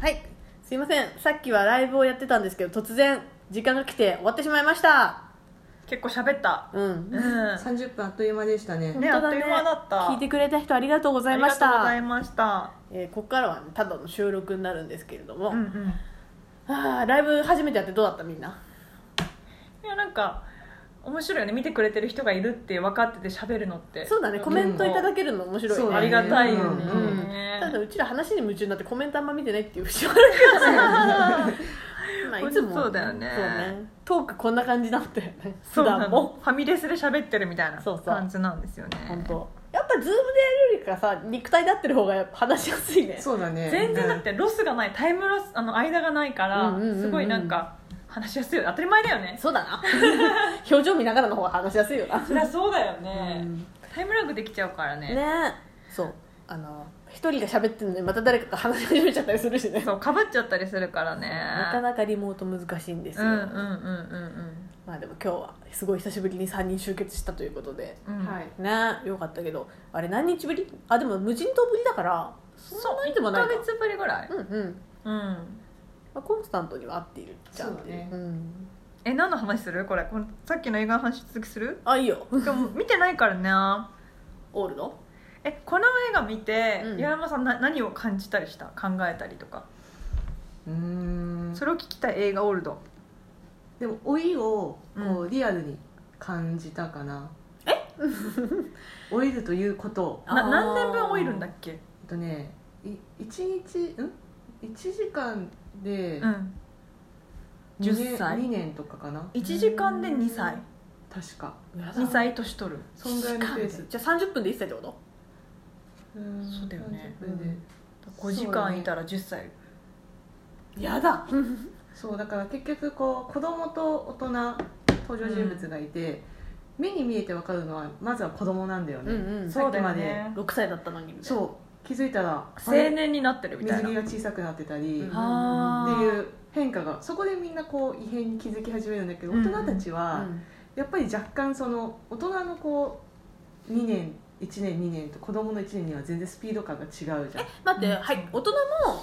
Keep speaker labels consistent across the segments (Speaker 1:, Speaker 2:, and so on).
Speaker 1: はいすいませんさっきはライブをやってたんですけど突然時間が来て終わってしまいました
Speaker 2: 結構喋った
Speaker 1: うん
Speaker 2: うんね
Speaker 3: 三十分あっという間でしたね。
Speaker 2: あっという間だった
Speaker 1: 聞いてくれた人ありがとうござ
Speaker 2: あ
Speaker 1: い
Speaker 2: り
Speaker 1: ま
Speaker 2: が
Speaker 1: し
Speaker 2: とうご
Speaker 1: た
Speaker 2: ざいました
Speaker 1: えーここからは、ただの収録になるんですけれども、
Speaker 2: うんうん
Speaker 1: あーライブ初めてやってどうだったみんない
Speaker 2: やなんか面白いよね見てくれてる人がいるって分かってて喋るのって
Speaker 1: そうだねコメントいただけるの面白いね、
Speaker 3: そう
Speaker 2: ありがたいよね、
Speaker 3: うん
Speaker 1: うんただうちら話に夢中になってコメントあんま見てないっていう節はある けどまあいつも
Speaker 2: そうだよね
Speaker 1: そうねトークこんな感じだったよね普
Speaker 2: そうな
Speaker 1: 段
Speaker 2: の
Speaker 1: も
Speaker 2: ファミレスで喋ってるみたいな
Speaker 1: そうそう
Speaker 2: 感じなんですよね
Speaker 1: 本当。やっぱズームでやるよりかさ肉体で合ってる方がやっぱ話しやすいね
Speaker 3: そうだね。
Speaker 2: 全然だってロスがないタイムロスあの間がないから、
Speaker 1: うんうんうんうん
Speaker 2: すごいなんか話しやすいよね当たり前だよね
Speaker 1: そうだな 表情見ながらの方が話しやすいよな
Speaker 2: そりゃそうだよね、
Speaker 1: うん
Speaker 2: タイムラグできちゃうからね
Speaker 1: ねそうあの一人が喋ってるのにまた誰かが話し始めちゃったりするしね
Speaker 2: そうかぶっちゃったりするからね
Speaker 1: なかなかリモート難しいんです
Speaker 2: う
Speaker 1: よ、
Speaker 2: んうんうんうん
Speaker 1: まあでも今日はすごい久しぶりに3人集結したということで
Speaker 2: うんうん
Speaker 3: はい。
Speaker 1: ねよかったけどあれ何日ぶりあでも無人島ぶりだからそんなにでも
Speaker 2: 1
Speaker 1: ない
Speaker 2: か
Speaker 1: か
Speaker 2: 月ぶりぐらい、
Speaker 1: うんうん、
Speaker 2: うん
Speaker 1: まあ、コンスタントには合っているじゃんっていう
Speaker 3: そうだね
Speaker 1: ん、
Speaker 2: え何の話するこれこのさっきの映画の話続きする
Speaker 1: あいいよ
Speaker 2: でも見てないからね
Speaker 1: オールド
Speaker 2: えこの映画見て、
Speaker 1: うん
Speaker 2: 岩山さんな何を感じたりした考えたりとか、
Speaker 3: うーん。
Speaker 2: それを聞きたい映画「オールド
Speaker 3: でも老いをこ
Speaker 2: う
Speaker 3: うリアルに感じたかな。え？ 老いるということを」
Speaker 1: あ
Speaker 2: な
Speaker 1: ー
Speaker 2: 何年分老いるんだっけ
Speaker 3: えっとね、い一日ん一時間で
Speaker 2: うん
Speaker 3: 二年
Speaker 2: 10歳
Speaker 3: 二年とかかな
Speaker 2: 1時間で2歳
Speaker 3: 確か。
Speaker 2: 2歳年取る
Speaker 3: そんぐらいのペース。
Speaker 1: じゃあ30分で1歳ってこと
Speaker 2: そうだよね
Speaker 3: 30分で
Speaker 2: 5時間いたら10歳
Speaker 1: やだ
Speaker 3: そうだから結局こう子供と大人登場人物がいて、目に見えてわかるのはまずは子供なんだよ
Speaker 1: う
Speaker 3: ね、
Speaker 1: んうん
Speaker 3: さっきまで
Speaker 1: 6歳だったのにみたいな
Speaker 3: そう気づいたら
Speaker 2: 青
Speaker 3: あれ
Speaker 2: 年になってるみた
Speaker 3: 水
Speaker 2: いな
Speaker 3: 着が小さくなってたり、
Speaker 1: うん
Speaker 3: っ
Speaker 2: あ
Speaker 3: て
Speaker 2: ー
Speaker 3: いう変化がそこでみんなこう異変に気づき始めるんだけど、
Speaker 2: うん
Speaker 3: 大人たちは
Speaker 1: ん
Speaker 3: やっぱり若干その大人のこう2年1年2年と子供の1年には全然スピード感が違うじゃん、
Speaker 1: 待って、
Speaker 2: うん
Speaker 1: はい大人も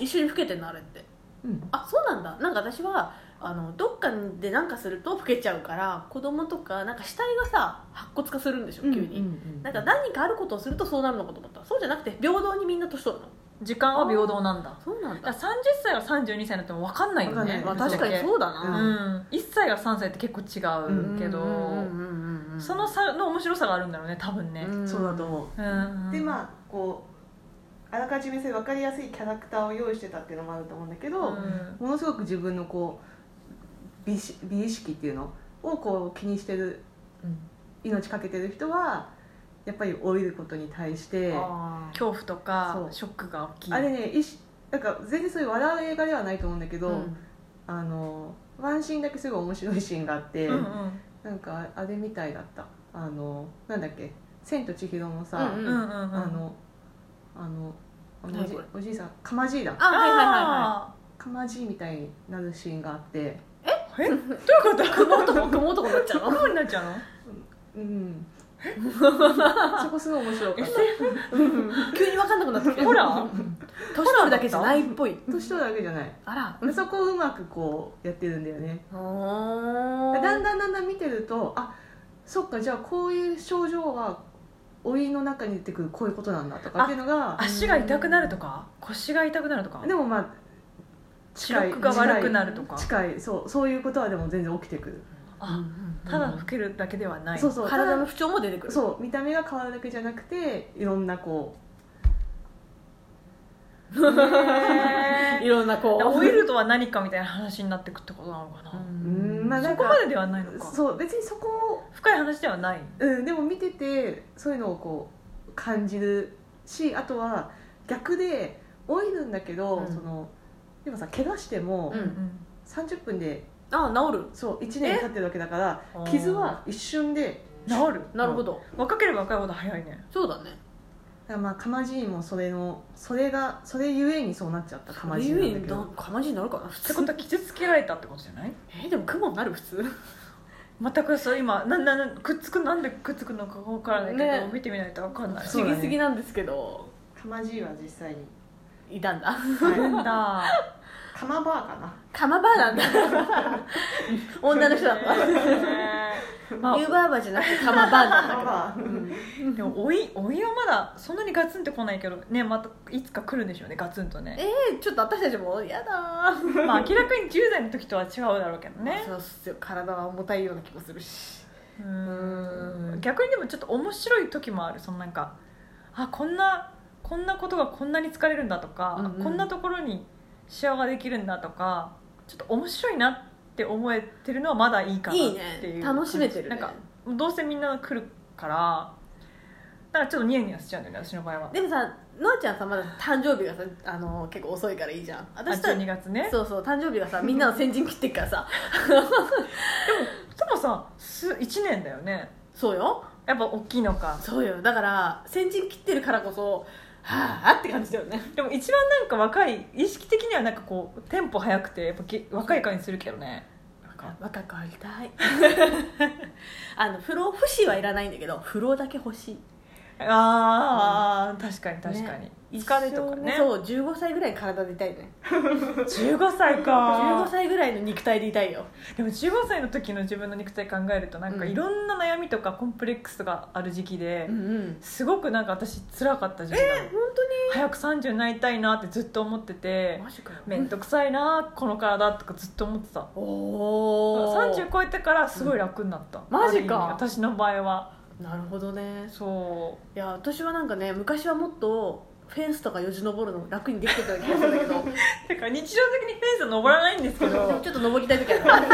Speaker 1: 一緒に老けてんのあれって
Speaker 3: うん、
Speaker 1: あそうなんだなんか私はあのどっかでなんかすると老けちゃうから子供とかなんか死体がさ白骨化するんでしょ急に、
Speaker 3: うんうんうん
Speaker 1: なんか何かあることをするとそうなるのかと思ったそうじゃなくて平等にみんな年取るの
Speaker 2: 時間は平等なんだ
Speaker 1: そうなん
Speaker 2: だから30歳が32歳になっても分かんないよ
Speaker 3: わかんな
Speaker 2: ね
Speaker 3: い
Speaker 1: まあ、
Speaker 3: ぶっち
Speaker 1: 確
Speaker 3: ゃけ
Speaker 1: かにそうだ
Speaker 2: う
Speaker 1: な、
Speaker 2: ん、1歳が3歳って結構違うけど、その差の面白さがあるんだろうね多分ね、
Speaker 3: そうだと思う、
Speaker 2: うん
Speaker 3: でまあこうあらかじめそういう分かりやすいキャラクターを用意してたっていうのもあると思うんだけど、
Speaker 2: うん
Speaker 3: ものすごく自分のこう美し美意識っていうのをこう気にしてる命かけてる人はやっぱり老いることに対してあ
Speaker 1: あ
Speaker 2: 恐怖とか
Speaker 3: そう
Speaker 2: ショックが大きい
Speaker 3: れね一しなんか全然そういう笑う映画ではないと思うんだけど、
Speaker 1: うん
Speaker 3: あのワンシーンだけすごい面白いシーンがあって、
Speaker 2: うんうん
Speaker 3: なんかあれみたいだったあのなんだっけ「千と千尋」のさ、
Speaker 1: うん
Speaker 2: うんうんうん
Speaker 3: あのあのあのおじ
Speaker 1: 何こ
Speaker 3: おじいさんかまじいだ
Speaker 1: あはいはいはいはい
Speaker 2: あ
Speaker 3: かまじいみたいになるシーンがあって
Speaker 2: ーえどういうこと
Speaker 1: 雲男雲男になっちゃうの
Speaker 2: 雲になっちゃうの
Speaker 3: うんそこすごい面白かった
Speaker 1: 急に分かんなくなってきて
Speaker 2: ホラー
Speaker 1: 年取るだけじゃないっぽい
Speaker 3: 年取るだけじゃない
Speaker 1: あら
Speaker 3: そこをうまくこうやってるんだよね
Speaker 1: お
Speaker 3: だん
Speaker 1: ー
Speaker 3: だんだんだん見てるとあそっかじゃあこういう症状は老いの中に出てくるこういうことなんだとかっていうのが
Speaker 2: 足が痛くなるとか腰が痛くなるとか
Speaker 3: でもまあ
Speaker 2: 視
Speaker 3: 近い
Speaker 2: 力が悪くなるとか
Speaker 3: 近いそうそういうことはでも全然起きてくる、
Speaker 2: あただ老けるだけではない
Speaker 3: そうそう
Speaker 1: 体の不調も出てくるう
Speaker 3: そう見た目が変わるだけじゃなくていろんなこ
Speaker 1: い
Speaker 2: へ
Speaker 1: ろんなこ
Speaker 2: ー
Speaker 1: う
Speaker 2: オイルとは何かみたいな話になってくってことなのかな、
Speaker 3: ううんまあな
Speaker 2: そ
Speaker 3: ん
Speaker 2: こ
Speaker 3: か
Speaker 2: までではないのか
Speaker 3: そう別にそこを、
Speaker 2: 深い話ではない
Speaker 3: うん、でも見ててそういうのをこう感じるしあとは逆で老いるんだけど、
Speaker 1: うん
Speaker 3: そのでもさ怪我しても
Speaker 1: うん
Speaker 3: 30分で、
Speaker 1: あ治る
Speaker 3: そう1年経ってるわけだから
Speaker 2: あー
Speaker 3: 傷は一瞬で
Speaker 2: 治る
Speaker 1: なるほど、
Speaker 2: 若ければ若いほど早いね
Speaker 1: そうだね
Speaker 3: だからまあかまじいもそれのそれがそれゆえにそうなっちゃったかまじいなんだけど
Speaker 1: かまじになるかな普
Speaker 2: ってことは傷つけられたってことじゃない
Speaker 1: えでも雲になる普通
Speaker 2: 全くそう今なななくっつくなんでくっつくのか分からないけど、
Speaker 1: ね
Speaker 2: 見てみないと分かんない
Speaker 1: 不思議すぎなんですけど
Speaker 3: かまじいは実際に
Speaker 1: いたんだ
Speaker 2: なんだ
Speaker 3: カマバーかな
Speaker 1: カマバーなんだ女の人だった
Speaker 2: たまあ
Speaker 1: 湯婆婆じゃなくてカマバーなんだ
Speaker 3: カマ
Speaker 1: か
Speaker 3: バ
Speaker 1: ら、
Speaker 3: ー
Speaker 1: うん
Speaker 2: でも老い老いはまだそんなにガツンってこないけどねまたいつか来るんでしょうねガツンとね
Speaker 1: えー、ちょっと私たちも嫌だー
Speaker 2: まあ明らかに10代の時とは違うだろうけどね
Speaker 1: そうっすよ体は重たいような気もするし
Speaker 2: う
Speaker 1: うん
Speaker 2: ん逆にでもちょっと面白い時もあるそのなんかあこんなこんなことがこんなに疲れるんだとか、
Speaker 1: うんうん
Speaker 2: こんなところにシワができるんだとかちょっと面白いなって思えてるのはまだいいかなって
Speaker 1: い
Speaker 2: い
Speaker 1: いうね楽しめてるね
Speaker 2: なんかどうせみんな来るからだからちょっとニヤニヤしちゃうんだよね私の場合は
Speaker 1: でもさのあちゃんさまだ誕生日がさあの結構遅いからいいじゃん
Speaker 2: あ
Speaker 1: 私さ
Speaker 2: 12月ね
Speaker 1: そうそう誕生日がさみんなの先陣切ってっからさ
Speaker 2: でもさす1年だよね
Speaker 1: そうよ
Speaker 2: やっぱ大きいのか
Speaker 1: そうよだから先陣切ってるからこそはあって感じだよね
Speaker 2: でも一番なんか若い意識的にはなんかこうテンポ速くてやっぱげ若い感じするけどねなんか
Speaker 1: 若くありたい あの不老不死はいらないんだけど不老だけ欲しい
Speaker 2: ああ、確かに確かに、疲れとかね
Speaker 1: そう15歳ぐらい体でいたいね
Speaker 2: 15歳か
Speaker 1: 15歳ぐらいの肉体でいたいよ
Speaker 2: でも15歳の時の自分の肉体考えるとなん
Speaker 1: う
Speaker 2: か
Speaker 1: ん
Speaker 2: いろんな悩みとかコンプレックスがある時期で、
Speaker 1: うんうん
Speaker 2: すごくなんか私辛かった時期なの、
Speaker 1: え本当
Speaker 2: 早く30になりたいなってずっと思ってて
Speaker 1: にジかよ
Speaker 2: 面倒くさいなこの体とかずっと思ってた
Speaker 1: おお
Speaker 2: 30超えてからすごい楽になった、
Speaker 1: マジか
Speaker 2: ある意味私の場合は
Speaker 1: なるほどね
Speaker 2: そ
Speaker 1: い
Speaker 2: う
Speaker 1: や私はなんかね昔はもっとフェンスとかよじ登るの楽にできてたような気がするんだけど
Speaker 2: てか日常的にフェンス登らないんです け
Speaker 1: でも
Speaker 2: ど
Speaker 1: ちょっと登りたい時ある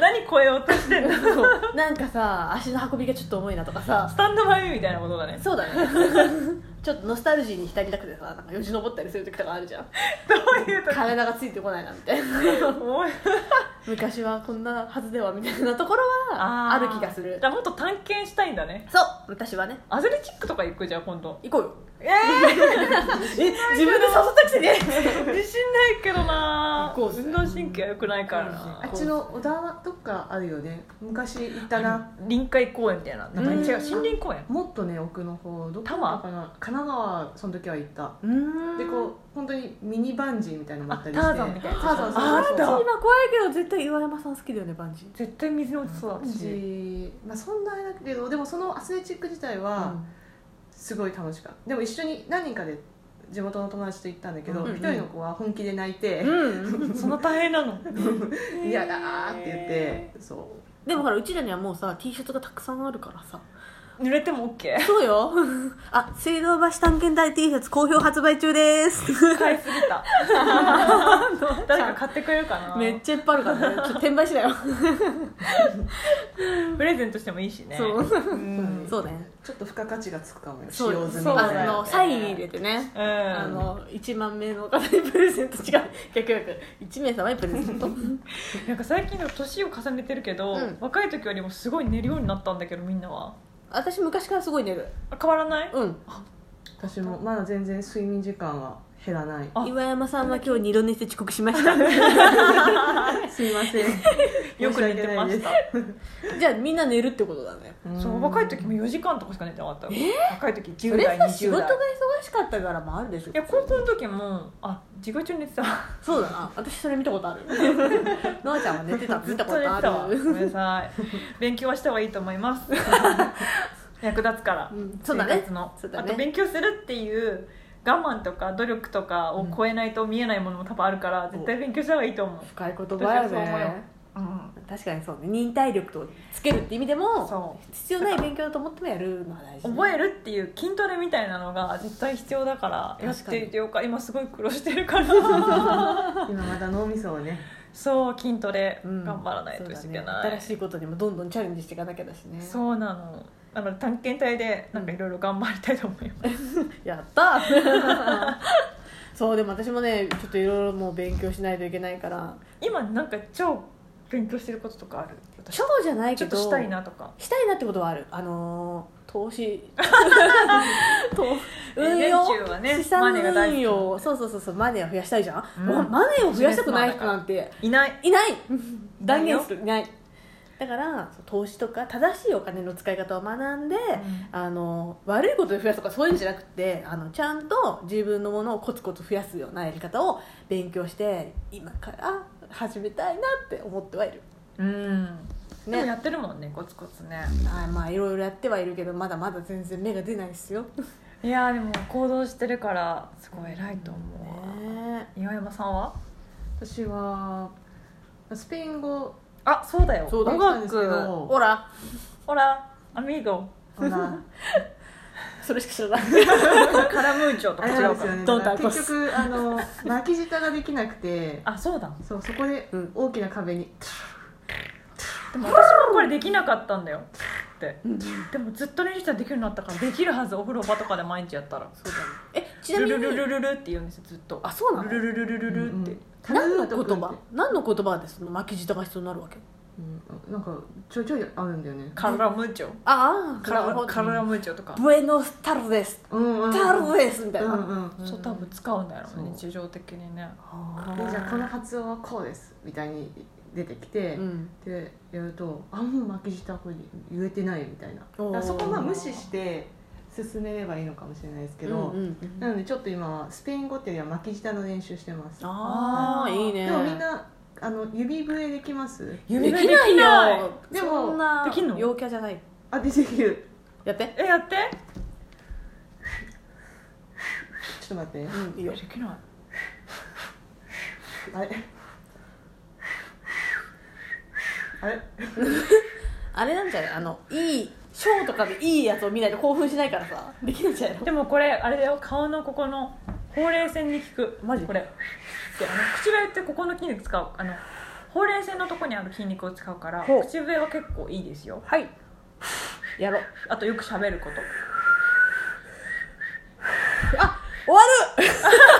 Speaker 2: 何超えようとしてんの
Speaker 1: そうなんかさ足の運びがちょっと重いなとかさ
Speaker 2: スタンドバイミーみたいなことだね
Speaker 1: そうだね ちょっとノスタルジーに浸りたくてさなんかよじ登ったりする時とかある じゃん
Speaker 2: どういうと
Speaker 1: 体がついてこないなみたいな
Speaker 2: 思い
Speaker 1: 昔はこんなはずではみたいなところはある気がする
Speaker 2: じゃあもっと探検したいんだね
Speaker 1: そう私はね
Speaker 2: アスレチックとか行くじゃん今度
Speaker 1: 行こうよ
Speaker 2: ええ
Speaker 1: 自分で誘ったくせに
Speaker 2: 自信ないけどな
Speaker 1: 行こうぜ
Speaker 2: 運動神経は良くないから
Speaker 3: あ
Speaker 2: な
Speaker 3: っちの小田どっかあるよね昔行ったな
Speaker 2: 臨海公園みたいな名前違う
Speaker 1: うん
Speaker 2: 森林公園
Speaker 3: もっとね奥の方どこだったかな神奈川その時は行った
Speaker 1: うーん
Speaker 3: でこう本当にミニバンジーみたいなのもあったりし
Speaker 2: あタ
Speaker 3: て
Speaker 2: ーザンみたいな
Speaker 3: ターザン
Speaker 2: あ
Speaker 3: そうそう
Speaker 2: あ
Speaker 3: そう
Speaker 2: るんだ
Speaker 1: 今怖いけど絶対岩山さん好きだよねバンジー
Speaker 2: 絶対水に落ちそうだっ
Speaker 3: バン
Speaker 2: た
Speaker 3: ジ
Speaker 2: し
Speaker 3: ーまあ、そんなあれだけどでもそのアスレチック自体はすごい楽しかった、でも一緒に何人かで地元の友達と行ったんだけ
Speaker 1: う
Speaker 3: ど
Speaker 1: んうん
Speaker 3: 一、人の子は本気で泣いて
Speaker 1: うん、
Speaker 2: そんな大変なの
Speaker 3: 「嫌、だー」って言ってそ
Speaker 1: でもほらうちらにはもうさ T シャツがたくさんあるからさ
Speaker 2: 濡れても OK
Speaker 1: そうよ あ水道橋探検隊 T シャツ好評発売中です
Speaker 2: 買いすぎた 誰か買ってくれるかな
Speaker 1: めっちゃいっぱいあるからねちょっと転売しなよ
Speaker 2: プレゼントしてもいいしね
Speaker 1: そう
Speaker 2: う
Speaker 3: う、
Speaker 2: ん
Speaker 1: そうね
Speaker 3: ちょっと付加価値がつくかもよ使
Speaker 1: そう
Speaker 3: 用済み
Speaker 2: そう
Speaker 1: あ
Speaker 2: だよ
Speaker 1: のサイン入れてね
Speaker 2: うん
Speaker 1: あの1万名の方にプレゼント違う逆逆1名様にプレゼント
Speaker 2: なんか最近の年を重ねてるけど、
Speaker 1: うん
Speaker 2: 若い時よりもすごい寝るようになったんだけどみんなは
Speaker 1: 私昔からすごい寝る
Speaker 2: あ変わら ない
Speaker 1: うん
Speaker 3: 私もまだ全然睡眠時間は減らない
Speaker 2: あ
Speaker 1: 岩山さんは今日二度寝して遅刻しました
Speaker 3: すいま せん
Speaker 2: よく寝てま
Speaker 3: 申
Speaker 2: し
Speaker 3: 訳
Speaker 2: た
Speaker 3: ない
Speaker 1: じゃあみんな寝るってことだね
Speaker 3: です
Speaker 2: そう若い時も4時間とかしか寝てなかったよ若い時
Speaker 1: そ
Speaker 2: 10
Speaker 1: れ
Speaker 2: 代20
Speaker 1: さ
Speaker 2: 代
Speaker 1: 仕事が忙しかったからもあるでしょ
Speaker 2: いや高校の時もあ授業中に寝てた
Speaker 1: そうだな私それ見た ことあるのあちゃんは寝てた見たこと
Speaker 2: 寝てたわ
Speaker 1: あ
Speaker 2: ご
Speaker 1: る
Speaker 2: めんなさい勉強はした方がいいと思います 役立つから、
Speaker 1: うんそうだね
Speaker 2: 生活の
Speaker 1: そうだね
Speaker 2: あと勉強するっていう我慢とか努力とかを超えないと見えないものも多分あるから、絶対勉強した方がいいと思う、
Speaker 1: 深い言葉や
Speaker 2: 私はそう思うよ
Speaker 1: ね
Speaker 2: うん、
Speaker 1: 確かにそうね忍耐力とつけるって意味でも
Speaker 2: そ
Speaker 1: 必要ない勉強だと思ってもやるのは大
Speaker 2: う
Speaker 1: 事
Speaker 2: 覚え
Speaker 1: る
Speaker 2: るっていう筋トレみたいなのが絶対必要だからやっ
Speaker 1: 確かに
Speaker 2: てるよか今すごい苦労してる から
Speaker 3: 今まだ脳みそをね
Speaker 2: そう筋トレ頑張らないといけない、
Speaker 1: 新しいことにもどんどんチャレンジしていかなきゃだしね
Speaker 2: そうなのなので探検隊でなんかいろいろ頑張りたいと思います、
Speaker 1: やった そうでも私もねちょっといろいろもう勉強しないといけないから
Speaker 2: 今なんか超勉強してることとかある私
Speaker 1: 超じゃない
Speaker 2: ち
Speaker 1: け
Speaker 2: ょっ
Speaker 1: ど
Speaker 2: としたいなとか
Speaker 1: したいなってことはあるあのー投 資投運
Speaker 2: 年
Speaker 1: 用
Speaker 2: 中はね
Speaker 1: 資産
Speaker 2: マネが大好
Speaker 1: 運
Speaker 2: き
Speaker 1: 用そうそうそうそうマネーを増やしたいじゃん、
Speaker 2: うん
Speaker 1: もうマネーを増やしたくない人なんて
Speaker 2: いない
Speaker 1: いない断言するいないだからそう投資とか正しいお金の使い方を学んで、あの悪いことで増やすとかそういうんじゃなくてあのちゃんと自分のものをコツコツ増やすようなやり方を勉強して今から始めたいなって思ってはいる
Speaker 2: うんでも
Speaker 1: ね
Speaker 2: やってるもんねコツコツね
Speaker 1: あーまあいろいろやってはいるけどまだまだ全然芽が出ないですよ
Speaker 2: いやーでも行動してるからすごい偉いと思う、
Speaker 1: ね
Speaker 2: 岩山さんは
Speaker 3: 私はスペイン 語
Speaker 2: あそうだよ
Speaker 1: そうだ
Speaker 2: 語
Speaker 3: よ
Speaker 2: 学
Speaker 1: ほら
Speaker 2: ほらアミーゴ
Speaker 3: ほら
Speaker 1: それしか知らない
Speaker 2: カラムーチョと
Speaker 3: あ
Speaker 2: か
Speaker 3: れ
Speaker 2: 違う
Speaker 3: なん
Speaker 2: か
Speaker 3: ですよ
Speaker 2: ら
Speaker 3: ね
Speaker 1: どうだ
Speaker 3: だから結局あの 巻き舌ができなくて
Speaker 2: あそうだ
Speaker 3: そうそこで
Speaker 1: うん
Speaker 3: 大きな壁に
Speaker 2: でも私もこれできなかったんだよってでもずっと練習したらできるようになったからできるはずお風呂場とかで毎日やったら
Speaker 1: そうだねえちなみ
Speaker 2: ル
Speaker 1: に
Speaker 2: ルルルルルって言うんですよずっと
Speaker 1: あそうなの
Speaker 2: ルルルルルルルって、
Speaker 1: 何の言
Speaker 3: っ
Speaker 1: 葉
Speaker 3: て
Speaker 1: 何の言葉でその巻き舌が必要になるわけ
Speaker 3: うんなんかちょいちょいあるんだよね
Speaker 2: カラムーチョ
Speaker 1: ああ
Speaker 2: カラカラムーチョとか、
Speaker 1: ブエノスタルデス
Speaker 3: うんうん
Speaker 1: タルデスみたいな、
Speaker 3: うんうん
Speaker 2: そう多分使うんだろうね
Speaker 3: そ
Speaker 2: 日常的にね
Speaker 1: あ
Speaker 3: で
Speaker 1: ー
Speaker 3: じゃあこの発音はこうですみたいに出てきて、
Speaker 1: うん
Speaker 3: でやるとあもう巻き舌これ言えてないみたいな
Speaker 1: おー
Speaker 3: だからそこまあ無視して進めればいいのかもしれないですけど、
Speaker 1: うんうんうん
Speaker 3: なのでちょっと今はスペイン語っていうよりは巻き舌の練習してます
Speaker 1: ああ
Speaker 2: あー
Speaker 1: いいね
Speaker 3: でもみんなあの指笛できます
Speaker 1: で
Speaker 2: 指
Speaker 1: きないよ
Speaker 3: でも
Speaker 1: そんな
Speaker 2: できんの
Speaker 1: 陽キャじゃない
Speaker 3: あできる
Speaker 1: やって
Speaker 2: えやって
Speaker 3: ちょっと待ってね
Speaker 1: うんいいよ
Speaker 2: できない
Speaker 3: あれあれ
Speaker 1: あれなんじゃないあのいいショーとかでいいやつを見ないと興奮しないからさできないんじゃないの
Speaker 2: でもこれあれだよ顔のここのほうれい線に効く
Speaker 1: マジ
Speaker 2: これってあの口笛ってここの筋肉使うあのほうれい線のとこにある筋肉を使うから
Speaker 1: ほう
Speaker 2: 口笛は結構いいですよ
Speaker 1: はいやろう
Speaker 2: あとよく喋ること
Speaker 1: 終わる